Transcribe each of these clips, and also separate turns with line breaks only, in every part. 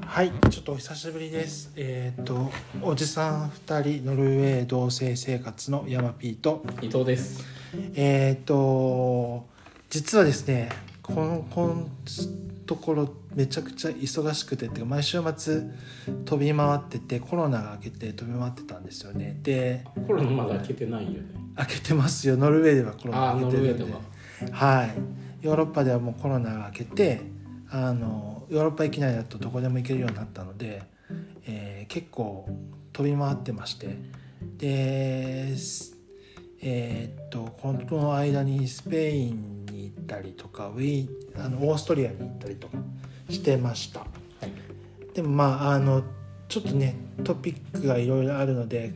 はい、ちょっとお久しぶりです。えーっと、おじさん二人ノルウェー同棲生活のヤマピーと、
伊藤です。
えーっと、実はですね、この、このところめちゃくちゃ忙しくて、ってか毎週末飛び回ってて、コロナが明けて飛び回ってたんですよね。で、
コロナまだ開けてないよね。
明けてますよ、ノルウェーではコロ
あ
ナ
あ、
明
ノ
けて
ルウェ
る
ー
ん
で
で
は。
はい、ヨーロッパではもうコロナが明けてあのヨーロッパ域内だとどこでも行けるようになったので、えー結構飛び回ってましてですえーっとこの間にスペインに行ったりとかウィーンあのオーストリアに行ったりとかしてました。
はい
でもまああのちょっとねトピックがいろいろあるので、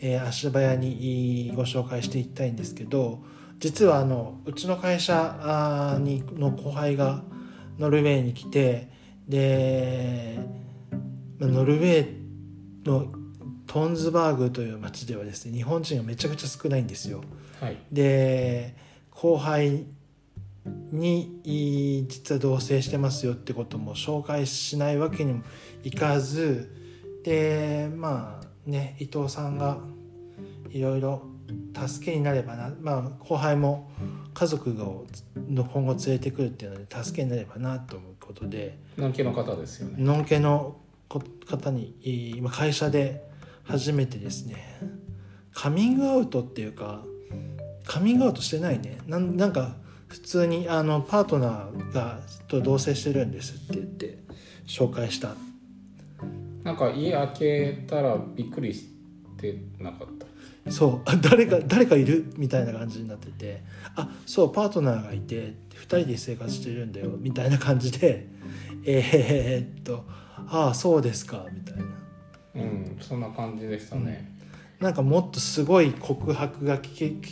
えー足早にご紹介していきたいんですけど実はあのうちの会社あーにの後輩がノルウェーに来てでまあノルウェーのトンズバーグという町ではですね日本人がめちゃくちゃ少ないんですよ。
はい。
で後輩にいい実は同棲してますよってことも紹介しないわけにもいかずでまあね伊藤さんがいろいろ助けになればな、まあ、後輩も家族をの今後連れてくるっていうので助けになればなということで
南系の方ですよね。
のんけのこ方にい今会社で初めてですねカミングアウトっていうかカミングアウトしてないねなんなんか普通にあのパートナーがと同棲してるんですって言って紹介した
なんか家開けたらびっくりしてなかった。
そうあ誰か誰かいるみたいな感じになっててあそうパートナーがいて2人で生活してるんだよみたいな感じでえーっとああそうですかみたいな
うん、そんな感じでしたね。
なんかもっとすごい告白が聞け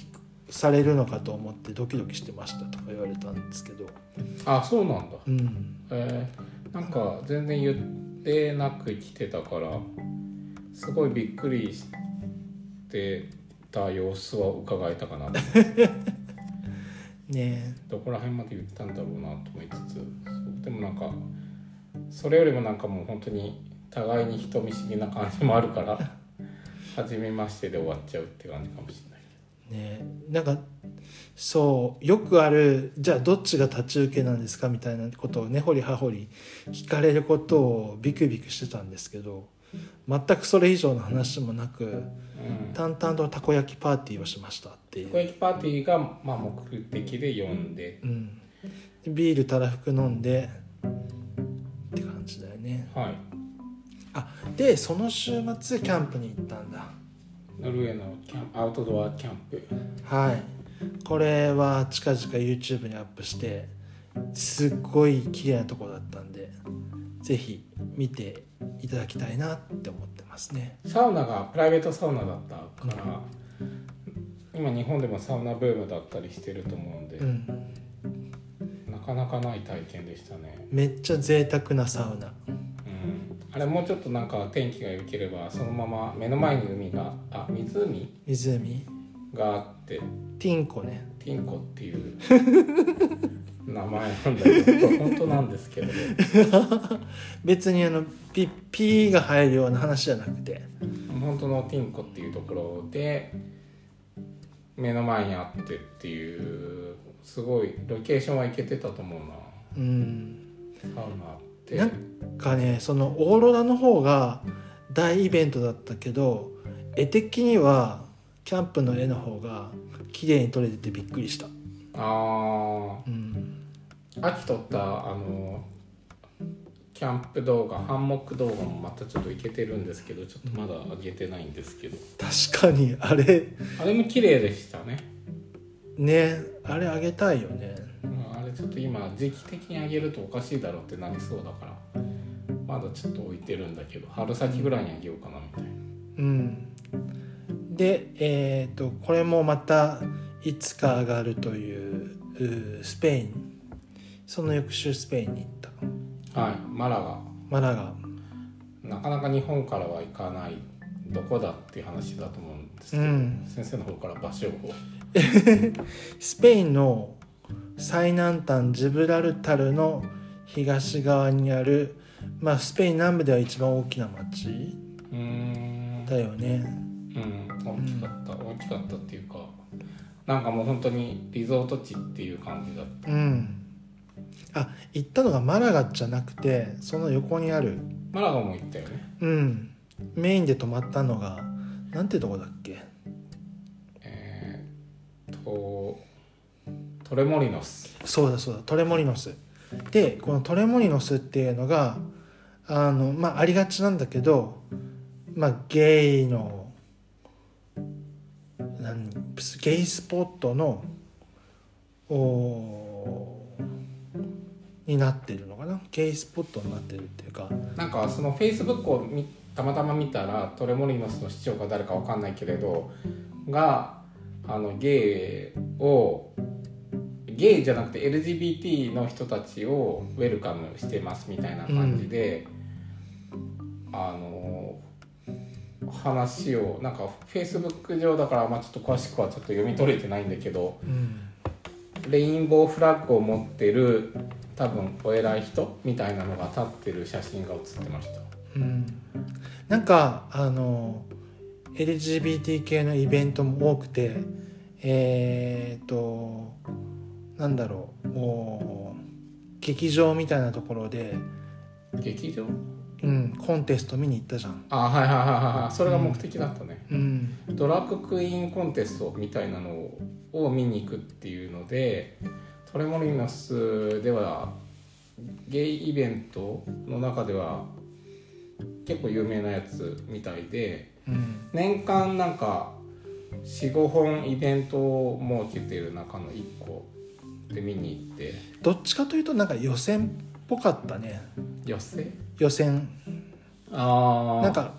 されるのかと思ってドキドキしてましたとか言われたんですけど、
あ、そうなんだ。
うん、
えー、なんか全然言ってなく来てたから、すごいびっくりしてた様子は伺えたかな。
ね
どこら辺まで言ったんだろうなと思いつつそうでもなんかそれよりもなんかもう本当に互いに人見知りな感じもあるから「初めまして」で終わっちゃうって感じかもしれない
えねえなんかそうよくあるじゃあどっちが立ち受けなんですかみたいなことを根掘り葉掘り聞かれることをビクビクしてたんですけど全くそれ以上の話もなく
うんた
淡々とたこ焼きパーティーをしましたっていう
こ。焼きパーティーがまあ目的で呼んで
うん、ビールたらふく飲んでって感じだよね
はい
あでその週末キャンプに行ったんだ
ノルウェーのキャンプアウトドアキャンプ
はいこれは近々 YouTube にアップしてすっごい綺麗なとこだったんでぜひ見ていただきたいなって思ってますね
サウナがプライベートサウナだったから、今日本でもサウナブームだったりしてると思うんで、
うん
なかなかない体験でしたね
めっちゃ贅沢なサウナ
うんあれもうちょっとなんか天気が良ければそのまま目の前に海があ湖
湖
があって
ティンコね
ティンコっていう 名前なんだけど本当なんですけどね
別にあのピピーが入るような話じゃなくて
本当のティンコっていうところで目の前にあってっていうすごいロケーションは行けてたと思うな
うん
サウナあって
なんかねそのオーロラの方が大イベントだったけど絵的にはキャンプの絵の方が綺麗に撮れててびっくりした、
あ
うん、
あ秋撮ったあのキャンプ動画ハンモック動画もまたちょっといけてるんですけどちょっとまだ上げてないんですけど
確かにあれ
あれも綺麗でしたね、
ねあれあげたいよね
うんあれちょっと今時期的に上げるとおかしいだろうってなりそうだからまだちょっと置いてるんだけど春先ぐらいに上げようかなみたいな
うんでえっ、とこれもまたいつか上がるといううースペインその翌週スペインに行った
はいマラが
マラガ
なかなか日本からは行かないどこだっていう話だと思うんですけど、
うん
先生の方から場所を
スペインの最南端ジブラルタルの東側にある、まあ、スペイン南部では一番大きな町
うーん
だよね。
うん大きかった、大きかったっていうかなんかもう本当にリゾート地っていう感じだっ
うん。あ、行ったのがマラガじゃなくて、その横にある、
マラガも行ったよね
うん。メインで泊まったのが、なんてとこだっけ。
えーっとトレモリノス
そうだそうだ、トレモリノス。で、このトレモリノスっていうのが、あの、まあ、ありがちなんだけど。まあ、ゲイの。なん、ゲイスポットの。おー。になってるのかな、ゲイスポットになってるっていうか。
なんかそのフェイスブックを見たまたま見たらトレモリノスの市長か誰かわかんないけれどがあのゲイをゲイじゃなくて LGBT の人たちをウェルカムしてますみたいな感じで、あの話をなんかフェイスブック上だから、まあ、ちょっと詳しくはちょっと読み取れてないんだけど
うん。
レインボーフラッグを持ってる多分お偉い人みたいなのが立ってる写真が写ってました。
うんなんかあの LGBT 系のイベントも多くてえっ、となんだろうもう劇場みたいなところで、
劇場
うん、コンテスト見に行ったじゃん。
あはいはいはいはいそれが目的だったね、
うん
ドラッグクイーンコンテストみたいなのをを見に行くっていうのでトレモリノスではゲイイベントの中では結構有名なやつみたいで
うん
年間なんか45本イベントを設けてる中の1個で見に行って
どっちかというとなんか予選っぽかったね
寄せ
予選
ああ
なんか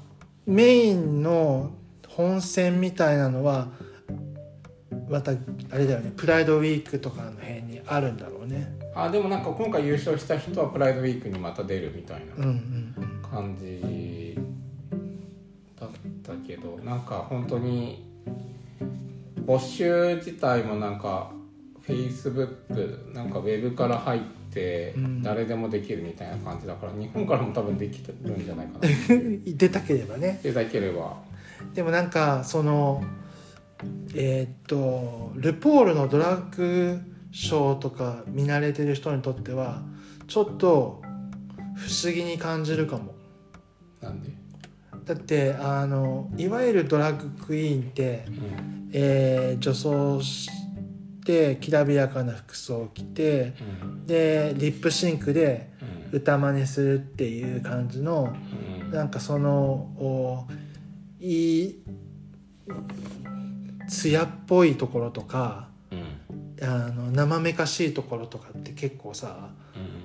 メインの本戦みたいなのはまたあれだよねプライドウィークとかの辺にあるんだろうね
あでもなんか今回優勝した人はプライドウィークにまた出るみたいな
うんうん
感じだったけどなんか本当に募集自体もなんか Facebook なんかウェブから入って
うん
誰でもできるみたいな感じだから、日本からも多分できるんじゃないかな
うん出たければね
でなければ
でもなんかそのえーっとルポールのドラッグショーとか見慣れてる人にとってはちょっと不思議に感じるかも
なんで、
だってあのいわゆるドラッグクイーンって
うん
えー女装してきらびやかな服装を着て
うん
でリップシンクで
うん
歌真似するっていう感じの
うん
なんかそのおいい艶っぽいところとか
うん
あの生めかしいところとかって結構さ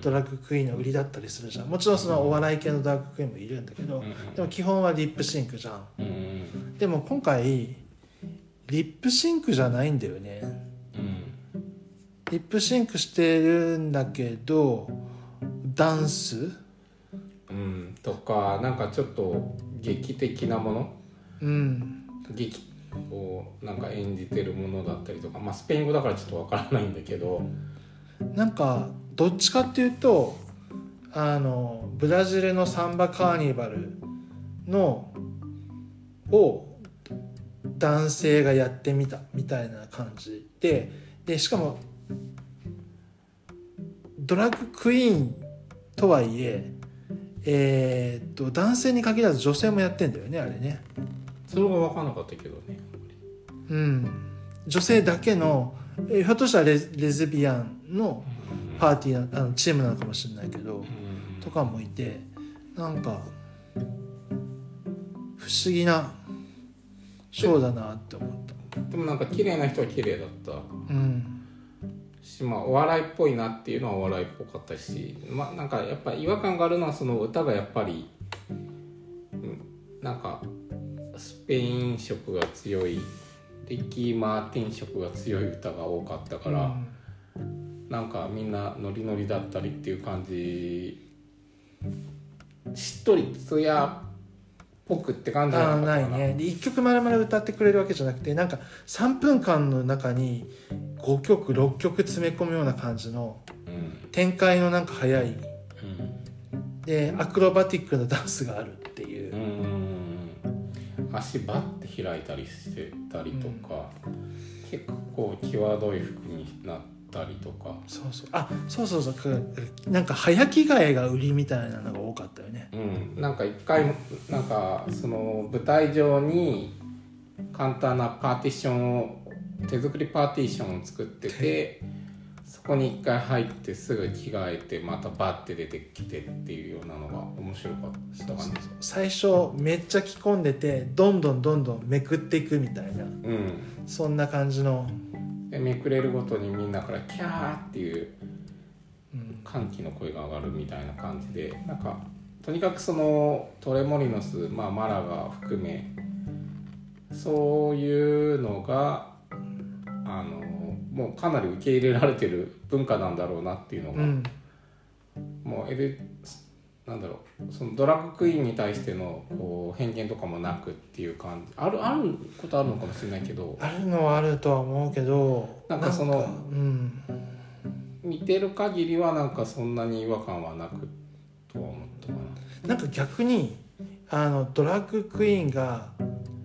ドラッグクイーンの売りだったりするじゃんもちろんそのお笑い系のドラッグクイーンもいるんだけどでも基本はリップシンクじゃん
うんうん
でも今回リップシンクじゃないんだよね
うん
リップシンクしてるんだけどダンス
うんとかなんかちょっと劇的なもの
うん
劇をなんか演じてるものだったりとか、まあ、スペイン語だからちょっとわからないんだけど、
なんかどっちかっていうとあのブラジルのサンバカーニバルのを男性がやってみたみたいな感じででしかもドラッグクイーンとはいええーっと男性に限らず女性もやってんだよねあれね。
それが分かんなかったけどね
うん、女性だけのえーひょっとしたらレズレズビアンのパーティーなあのチームなのかもしれないけど
うん
とかもいてなんか不思議なショーだなって思った。
でもなんか綺麗な人は綺麗だった
うん
し、まあ、お笑いっぽいなっていうのはお笑いっぽかったし、まあ、なんかやっぱ違和感があるのはその歌がやっぱり、うん、なんかスペイン色が強いリッキー・マーティン色が強い歌が多かったから。なんかみんなノリノリだったりっていう感じしっとりツヤっぽくって感じじゃ
あ
な
な
かった
い
かな
ねで1曲まるまる歌ってくれるわけじゃなくてなんか3分間の中に5曲6曲詰め込むような感じの
うん
展開のなんか早いでアクロバティックなダンスがあるっていうう、
ん足バッて開いたりしてたりとか、結構際どい服になったりとか
そうそうあそうそうそうくなんか早着替えが売りみたいなのが多かったよね
うん、なんか一回もなんかその舞台上に簡単なパーティションを手作りパーティションを作っててそこに一回入ってすぐ着替えてまたバッて出てきてっていうようなのが面白かったかな
最初めっちゃ着込んでてどんどんどんどんめくっていくみたいな
うん
そんな感じの、
でめくれるごとにみんなから「キャー!」っていう
うん、
歓喜の声が上がるみたいな感じでなんかとにかくそのトレモリノス、まあ、マラが含めそういうのがあのもうかなり受け入れられてる文化なんだろうなっていうの
う
が、
ん
もうエルなんだろうそのドラッグクイーンに対してのこう偏見とかもなくっていう感じあるあることあるのかもしれないけど
あるのはあるとは思うけど
なんかその
なんかうん
見てる限りはなんかそんなに違和感はなくとは思ったかな。
なんか逆にあのドラッグクイーンが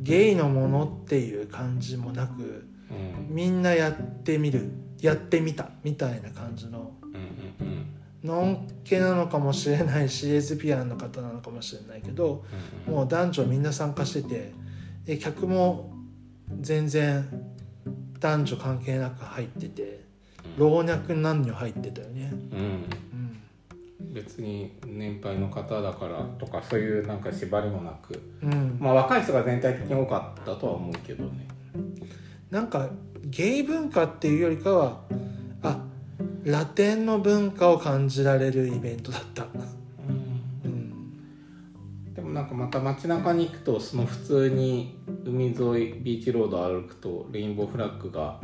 ゲイのものっていう感じもなく
うん
みんなやってみるやってみたみたいな感じの
うんうんうん
のんけなのかもしれないしレズビアンの方なのかもしれないけど
うん
もう男女みんな参加しててで客も全然男女関係なく入ってて老若男女入ってたよね。
うん
うん
別に年配の方だからとかそういうなんか縛りもなく
うん
まあ若い人が全体的に多かったとは思うけどね
なんかゲイ文化っていうよりかはあラテンの文化を感じられるイベントだった、うん、
でもなんかまた街中に行くとその普通に海沿いビーチロード歩くとレインボーフラッグが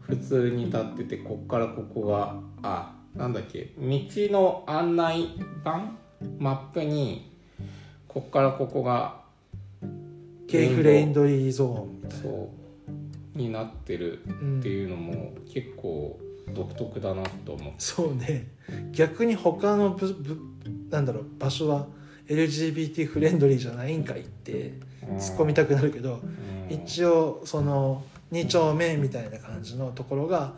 普通に立っててこっからここがあなんだっけ道の案内板マップにこっからここが
ゲイフレンドリーゾーンみたいな
そうになってる
うん
っていうのも結構独特だなと思って
そうね逆に他のぶぶなんだろう場所は LGBT フレンドリーじゃないんかいって突っ込みたくなるけど
うん
一応その2丁目みたいな感じのところが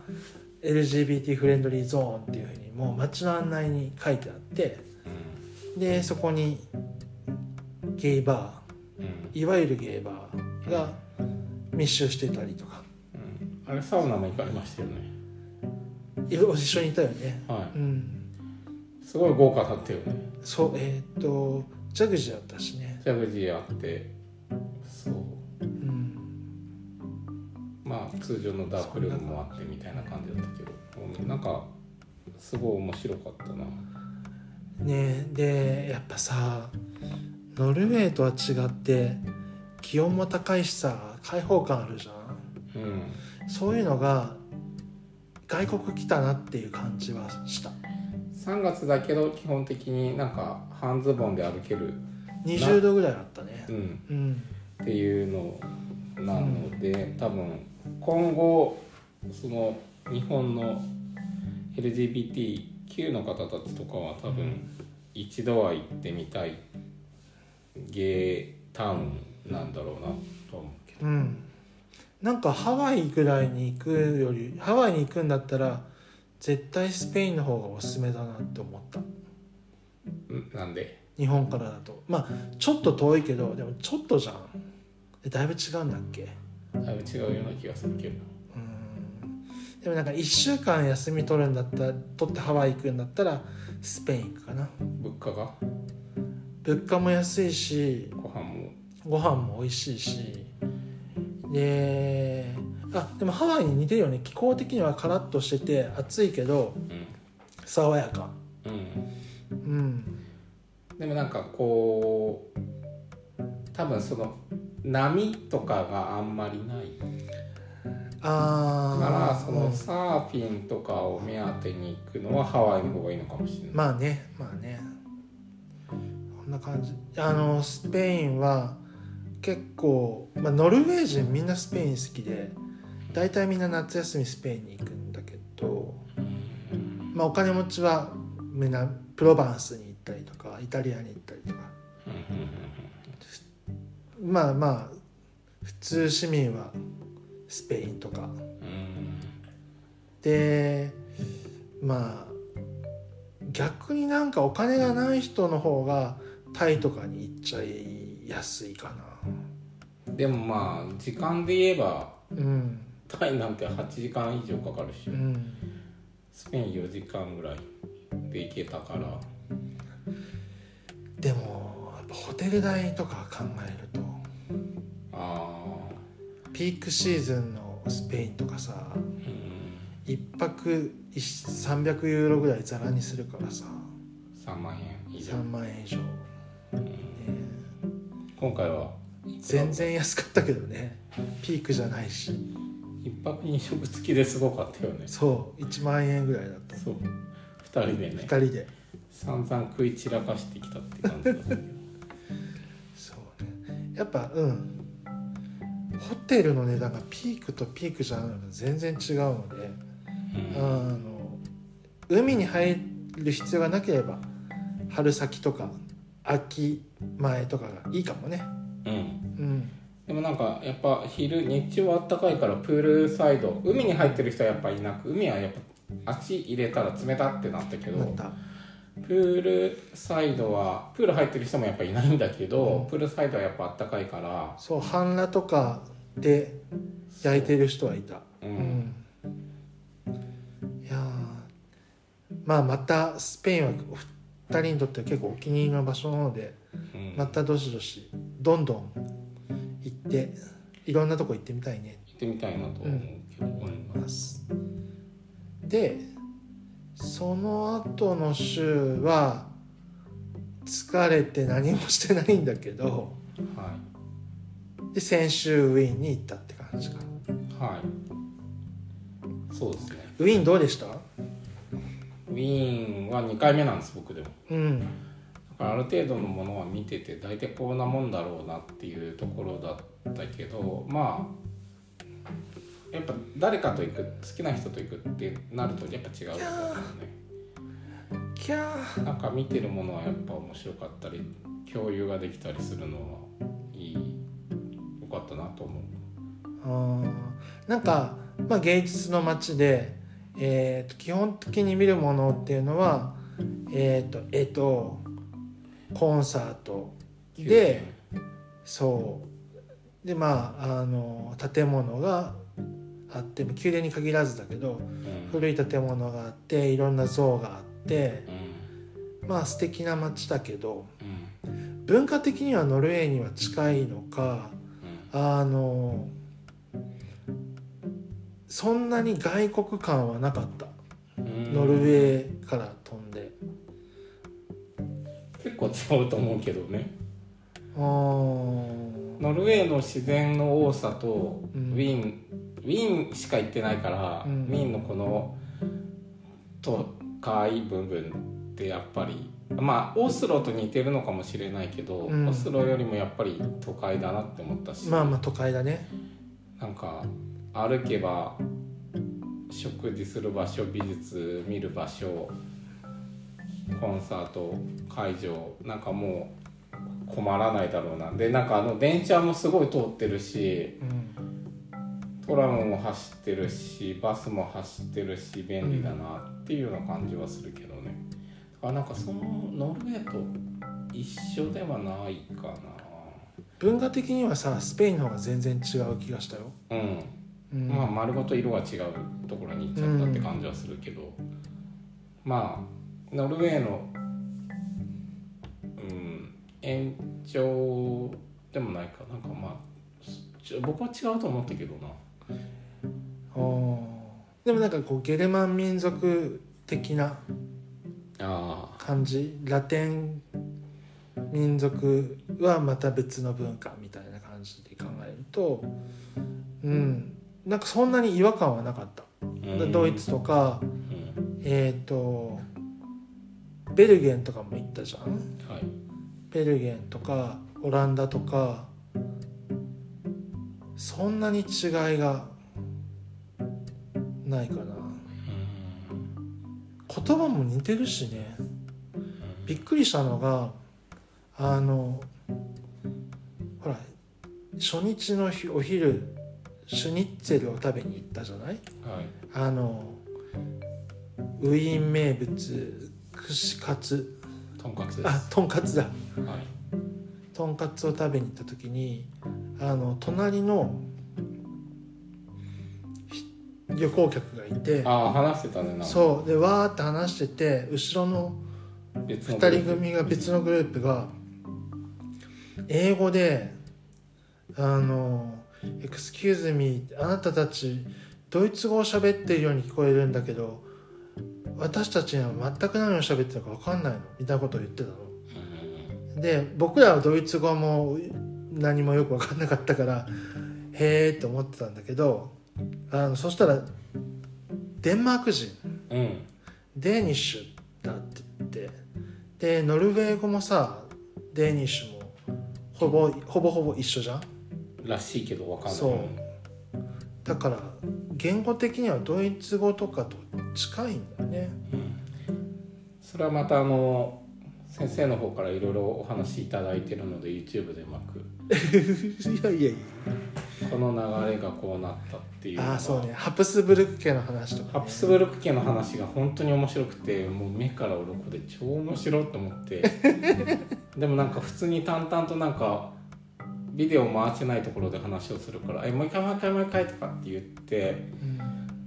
LGBT フレンドリーゾーンっていうふうにもう街の案内に書いてあってでそこにゲイバ
うん
ーいわゆるゲイバーが密集してたりとか
うんあれサウナも行かれましたよね
いろいろ一緒にいたよね
は
うん
いすごい豪華だったよね
そうえーっとジャグジーだったしね
ジャグジーあってそう
うん
まあ通常のダークルームもあってみたいな感じだったけどうんなんかすごい面白かったな
ねでやっぱさノルウェーとは違って気温も高いしさ開放感あるじゃん
うん
そういうのが外国来たなっていう感じはした
3月だけど基本的になんか半ズボンで歩ける、
20度ぐらいあったね
うん、
うん
っていうのなので、多分今後その日本の LGBTQ の方たちとかは多分一度は行ってみたいゲイタウンなんだろうなと思うけ
うんなんかハワイぐらいに行くよりハワイに行くんだったら絶対スペインの方がおすすめだなって思った
どんなんで
日本からだとまあちょっと遠いけどでもちょっとじゃんえだいぶ違うんだっけ
だいぶ違うような気がするけど
うんでもなんか1週間休み取るんだったら取ってハワイ行くんだったらスペイン行くかな
物価が
物価も安いし
ご飯も
ご飯も美味しいしであでもハワイに似てるよね気候的にはカラッとしてて暑いけど
う
爽やか
んうん
うん
でもなんかこう多分その波とかがあんまりない
あ
だ
ー
からそ
うん
のサーフィンとかを目当てに行くのはハワイの方がいいのかもしれない、
まあねまあねこんな感じあのスペインは結構、まあ、ノルウェー人みんなスペイン好きで大体みんな夏休みスペインに行くんだけど、まあ、お金持ちはみんなプロバンスに行っったりとかイタリアに行ったりとか
うんうんうんうん
まあまあ普通市民はスペインとか
うん
でまあ逆になんかお金がない人の方がタイとかに行っちゃいやすいか
でもまあ時間で言えば
なうん
タイなんて8時間以上かかるし、
うん
スペイン4時間ぐらいで行けたから
でもやっぱホテル代とか考えると
ああ
ピークシーズンのスペインとかさ
うん
1泊300ユーロぐらいざらにするからさ
3万円以上
3万円以上、ね
今回は
全然安かったけどねピークじゃないし
1泊2食付きですごかったよね
そう1万円ぐらいだった
そう2人でね
2人で
散々食い散らかしてきたって感じだったけど
そうねやっぱうんホテルの値段がピークとピークじゃないの全然違うので、
うん
あの海に入る必要がなければ春先とか秋前とかがいいかもね
うん
うん
でもなんかやっぱ昼日中は暖かいからプールサイド海に入ってる人はやっぱいなく海はやっぱ足入れたら冷たってなったけ
なっ
ど
た
プールサイドはプール入ってる人もやっぱいないんだけど、
うん
プールサイドはやっぱ暖かいから
そう半裸とかで焼いてる人はいた
う、
うんんいやーまあまたスペインはお二人にとっては結構お気に入りの場所なので
うん
またどしどしどんどん行っていろんなとこ行ってみたいね
行ってみたいなと思うけど、うん
ますでその後の週は疲れて何もしてないんだけど
は
で先週ウィーンに行ったって感じか
いはいそうですね
ウィーンどうでした
ウィーンは2回目なんです僕でも
うん
だからある程度のものは見てて大体こんなもんだろうなっていうところだったけどまあやっぱ誰かと行く好きな人と行くってなるとやっぱ違うと思うんだよね
キャー
なんか見てるものはやっぱ面白かったり共有ができたりするのはいいよかったなと思う
あーなんか、まあ、芸術の街で、えーと基本的に見るものっていうのはえっ、と絵とコンサートでそうでまああの建物があって宮殿に限らずだけど
うん
古い建物があっていろんな像があって
うん
まあ素敵な街だけど
うん
文化的にはノルウェーには近いのか
う
あのそんなに外国感はなかった
ん
ノルウェーから飛んで
結構違うと思うけどね
あー
ノルウェーの自然の多さとウ
うん
ィーン、ウィーンしか行ってないから、
うん
ウィーンのこの都会部分ってやっぱりまあオスロと似てるのかもしれないけど、
うん
オスロよりもやっぱり都会だなって思ったし、
まあまあ都会だね
なんか歩けば食事する場所美術見る場所コンサート会場なんかもう困らないだろうなでなんかあの電車もすごい通ってるし
うん
トラムも走ってるしバスも走ってるし便利だなっていうような感じはするけどねだからなんかそのノルウェーと一緒ではないか
文化的にはさスペインの方が全然違う気がしたよ、
なうん
うん
まあ丸ごと色が違うところに行っちゃったって感じはするけど、まあノルウェーの、うん、延長でもないかなんかまあちょ僕は違うと思ったけどな
おーでもなんかこうゲルマン民族的な
あ
感じラテン民族はまた別の文化みたいな感じで考えるとうんなんかそんなに違和感はなかった、ドイツとか
うん
えっ、とベルゲンとかも行ったじゃん
はい
ベルゲンとかオランダとかそんなに違いがないかな
うん
言葉も似てるしね
うん
びっくりしたのがあのほら初日の日お昼シュニッツェルを食べに行ったじゃない
はい
あのウィーン名物串カツ
とんかつで
あ
す
とんかつだ
はい
とんかつを食べに行った時にあの隣のひ旅行客がいて
ああ話してたねなんか
そうでわーって話してて後ろの
別のグル
2
ー
人
プ
組が別のグループが英語で「あの Excuse me あなたたちドイツ語を喋っているように聞こえるんだけど私たちには全く何を喋ってるか分かんないの」みたいなことを言ってたの。
うん
で僕らはドイツ語も何もよく分かんなかったから「へえ」って思ってたんだけどあのそしたらデンマーク人
うんうん
デーニッシュだって言ってでノルウェー語もさデーニッシュもほぼほぼほぼ一緒じゃん
らしいけどわかんない
そうだから言語的にはドイツ語とかと近いんだよね
それはまたあの先生の方からいろいろお話しいただいてるので YouTube でうまく
いやいやい
この流れがこうなったっていうの
や
が
ああそうねハプスブルク家の話とか、ね、
ハプスブルク家の話が本当に面白くてもう目から鱗で超面白いと思って でもなんか普通に淡々となんかビデオ回してないところで話をするから「えもう一回もう一回もう一回」とかって言って
うん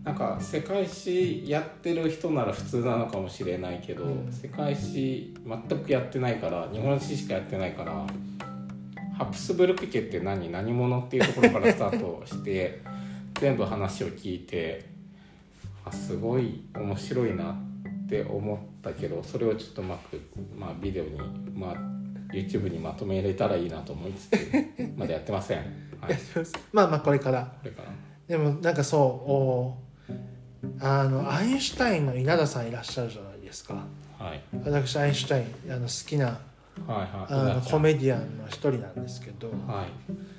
なんか世界史やってる人なら普通なのかもしれないけど、
うん
世界史全くやってないから日本史しかやってないからハプスブルク家って何何者っていうところからスタートして 全部話を聞いてあすごい面白いなって思ったけどそれをちょっとうまく、まあ、ビデオに、まあ、YouTube にまとめれたらいいなと思いつつ まだやってません。はい、こ
まあまあこれから
れから
でもなんかそうおあのアインシュタインの稲田さんいらっしゃるじゃないですか
はい
私アインシュタインあの好きな
はい
あ
はい
のコメディアンの一人なんですけど、
はい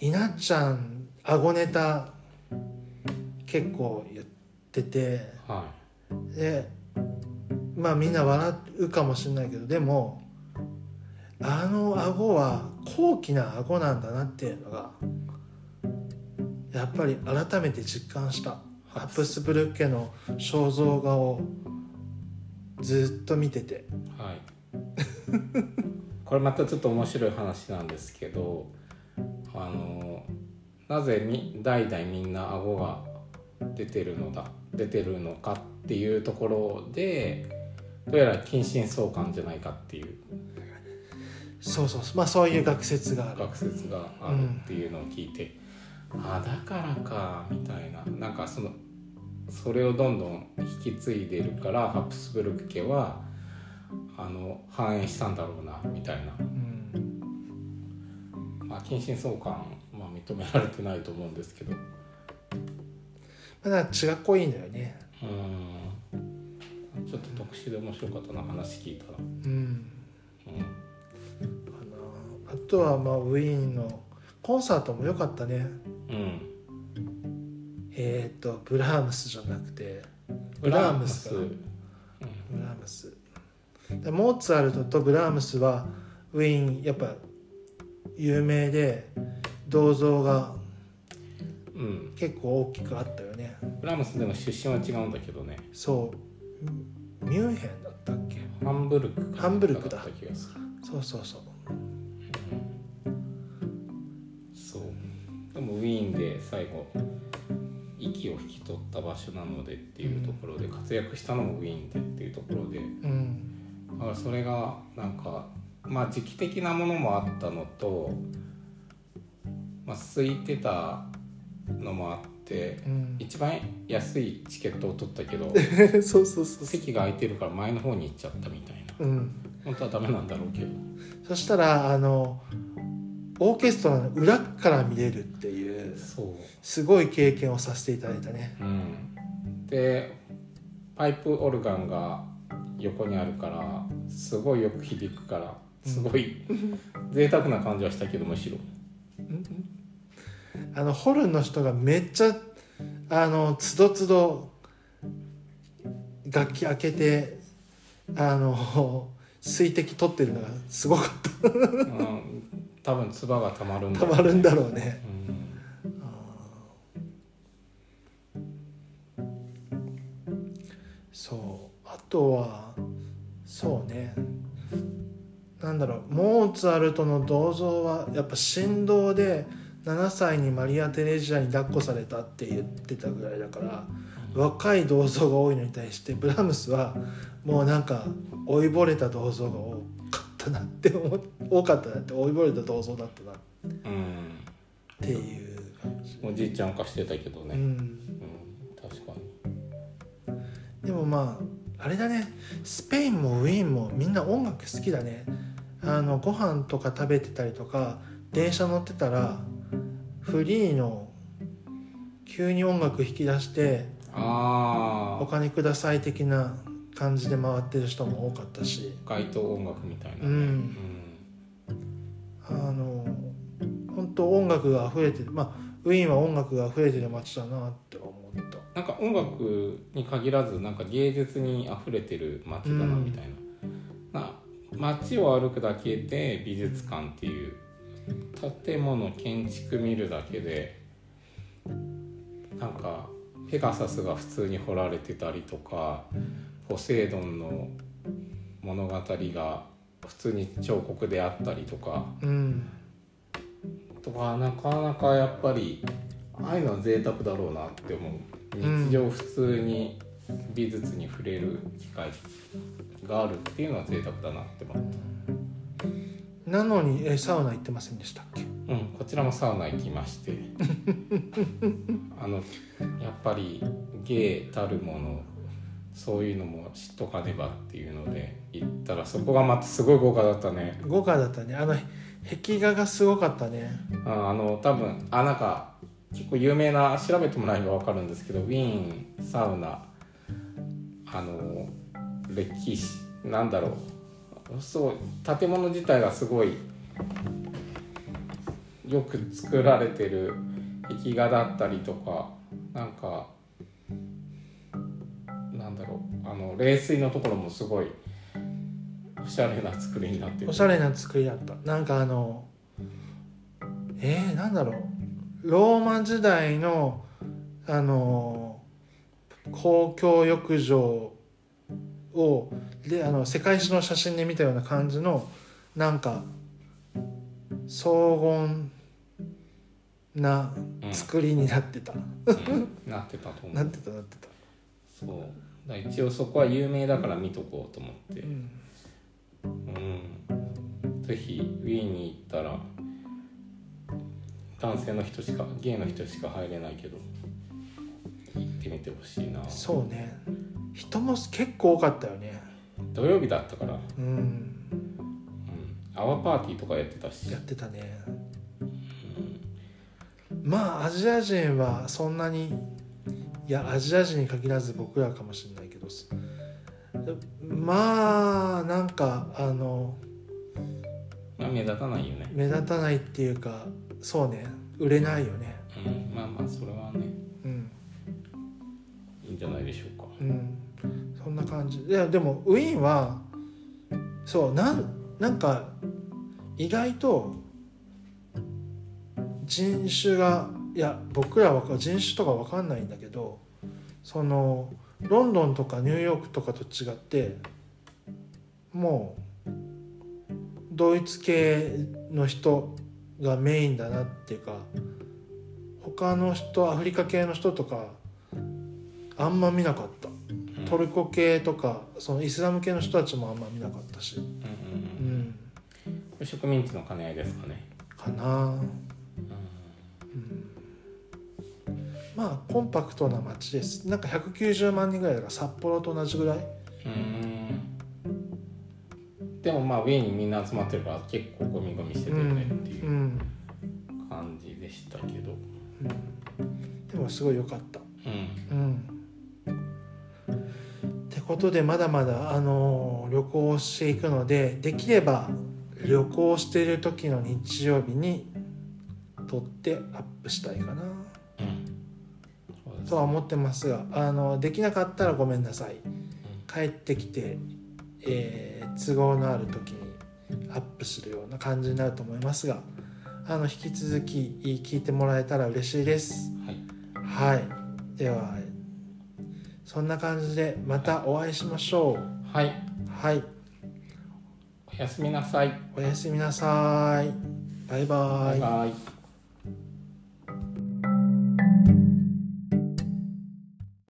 稲ちゃん顎ネタ結構言ってて
はい
でまあみんな笑うかもしれないけどでもあの顎は高貴な顎なんだなっていうのがやっぱり改めて実感したハプスブルク家の肖像画をずっと見てて
はい、 これまたちょっと面白い話なんですけどあのなぜみ代々みんな顎が出てるのだ出てるのかっていうところでどうやら近親相関じゃないかっていう
そうそうまあそういう学説がある
学説があるっていうのを聞いて、あだからかみたいななんかそのそれをどんどん引き継いでるからハプスブルク家はあの反映したんだろうなみたいな
うん
まあ、近親相関、まあ、認められてないと思うんですけど
まあだから血が濃いんだよね
うんちょっと特殊で面白かったな話聞いたら、
うん
うん、
あのあとはまあウィーンのコンサートも良かったね
うん、
えっ、とブラームスじゃなくてブラームスか
ブラー
ブラームスでモーツァルトとブラームスはウィーンやっぱ有名で銅像が
うん、うん
結構大きくあったよね
ブラームスでも出身は違うんだけどね
そうミュンヘンだったっけ
ハンブルクか
ハンブルクだ
った気がする、
そうそうそう
うん、そうでもウィーンで最後息を引き取った場所なのでっていうところで活躍したのもウィーンでっていうところで
うん
だからそれがなんかまあ時期的なものもあったのと、まあ、空いてたのもあって
うん
一番安いチケットを取ったけど
そうそうそうそ
席が空いてるから前の方に行っちゃったみたいな
ううん
本当はダメなんだろうけど
そしたらあのオーケストラの裏から見れるっていう
そ
すごい経験をさせていただいたね
ううんでパイプオルガンが横にあるからすごいよく響くからすごい贅沢な感じはしたけどむしろ
あのホルンの人がめっちゃあのつどつど楽器開けてあの水滴取ってるのがすごかっ
うん、多分唾がたまるん
た
だ
た
ろ
ま
うね
るんだろうね
うん
そうあとはそうねなんだろうモーツァルトの銅像はやっぱ振動で7歳にマリア・テレジアに抱っこされたって言ってたぐらいだから若い銅像が多いのに対してブラームスはもうなんか老いぼれた銅像が多かったなって思う多かったなって老いぼれた銅像だったなっ
うん
ていう感じ、
おじいちゃん化してたけど
う
ね、
ん
うん確かに
でもまああれだねスペインもウィーンもみんな音楽好きだねあのご飯とか食べてたりとか電車乗ってたらフリーの急に音楽引き出して
あ
お
あ
金ください的な感じで回ってる人も多かったし
街頭音楽みたいなね、
うんあの本当音楽が溢れてるまあウィーンは音楽が溢れてる街だなって思った
なんか音楽に限らずなんか芸術に溢れてる街だなみたいな,、な街を歩くだけで美術館っていう建物建築見るだけでなんかペガサスが普通に彫られてたりとかポセイドンの物語が普通に彫刻であったりとか
うん
とかなかなかやっぱりああいうのは贅沢だろうなって思
う
う
ん
日常普通に美術に触れる機会があるっていうのは贅沢だなって思う、
なのにえサウナ行ってませんでしたっけ
うん、こちらもサウナ行きましてあのやっぱり芸たるものそういうのも知っとかねばっていうので行ったらそこがまたすごい豪華だったね
豪華だったねあの壁画がすごかったね
ああの多分あなんか結構有名な調べてもらえば分かるんですけどウィーンサウナあの歴史なんだろうそう建物自体がすごいよく作られてる壁画だったりとかなんかなんだろうあの冷水のところもすごいおしゃれな作りになってる
おしゃれな作りだったなんかあのえー、なんだろうローマ時代のあの公共浴場をであの世界史の写真で見たような感じのなんか荘厳な作りになってた、
うんなってたと思う
なってたなって
そうだから一応そこは有名だから見とこうと思って
た、うん
うん、ぜひウィーンに行ったら男性の人しかゲイの人しか入れないけど行ってみてほしいな
そうね人も結構多かったよね
土曜日だったから、うん、
うん
アワーパーティーとかやってたし
やってたねまあアジア人はそんなにいやアジア人に限らず僕らかもしれないけどすまあなんかあの
まあ目立たないよね、
目立たないっていうかそうね売れないよね
うん、まあまあそれはね
うん
いいんじゃないでしょうか
うんそんな感じいやでもウィーンはそうなんなんか意外と人種がいや僕らは人種とかわかんないんだけどそのロンドンとかニューヨークとかと違ってもうドイツ系の人がメインだなっていうか他の人アフリカ系の人とかあんま見なかった
うん
トルコ系とかそのイスラム系の人たちもあんま見なかったし、
うんう
うんん、
うん、植民地の兼ね合いですかね、
かな、
うん
うん、まあコンパクトな街ですなんか190万人ぐらいだから札幌と同じぐらい、
うーんでもまあウィーンにみんな集まってるから結構ゴミゴミして
う
るよねって
ん
いううん感じでしたけど、
うん、でもすごい良かった
うん、
うんってことでまだまだ、あのー旅行をしていくのでできれば旅行している時の日曜日に撮ってアップしたいかな
うん、そうです
とは思ってますがあのできなかったらごめんなさい
うん
帰ってきて、えー都合のある時にアップするような感じになると思いますがあの引き続き聞いてもらえたら嬉しいです。
はい
はい、ではそんな感じでまたお会いしましょう。
はい、
はい、
おやすみなさい。
おやすみなさい。バイバイ。
バイバイ